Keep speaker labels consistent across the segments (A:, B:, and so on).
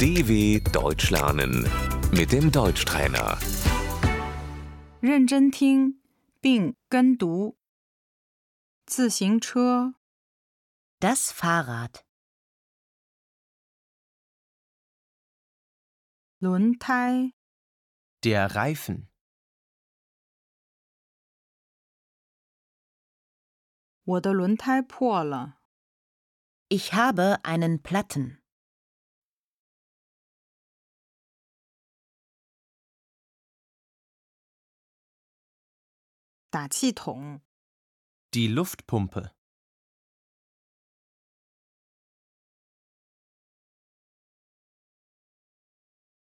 A: DW Deutsch lernen mit dem Deutschtrainer.
B: 认真听并跟读。自行车、
C: Das Fahrrad,
B: 轮胎、
D: Der Reifen,
B: 我的轮胎破了。
C: ich habe einen Platten,
B: 打气筒、
D: die Luftpumpe,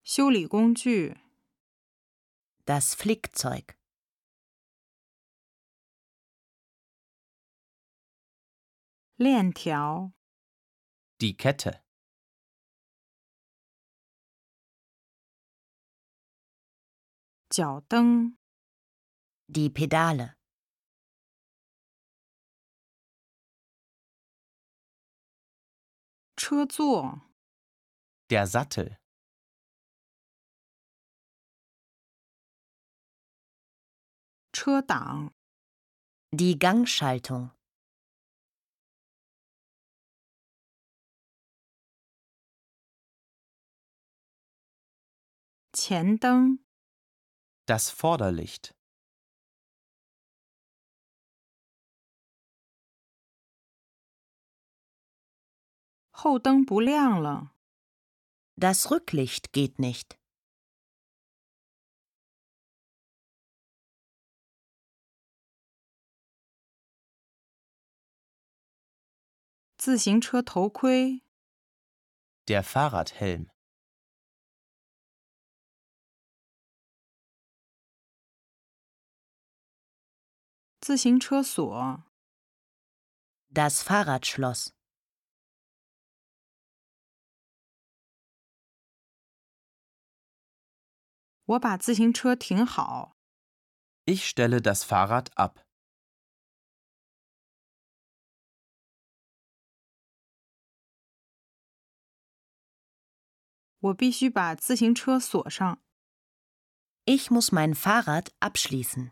B: 修理工具、
C: das Flickzeug,
B: 链条、
D: die Kette,
B: 脚蹬、
C: die Pedale,
B: 车座、
D: der Sattel,
B: 车挡、
C: die Gangschaltung,
B: 前灯、
D: das Vorderlicht,
B: 后灯不亮了。
C: das Rücklicht geht nicht,
B: 自行车头盔、
D: der Fahrradhelm,
B: 自行车锁、
C: das Fahrradschloss,
B: 我把自行车停好。
D: ich stelle das Fahrrad ab.
B: 我必须把自行车锁上。
C: ich muss mein Fahrrad abschließen.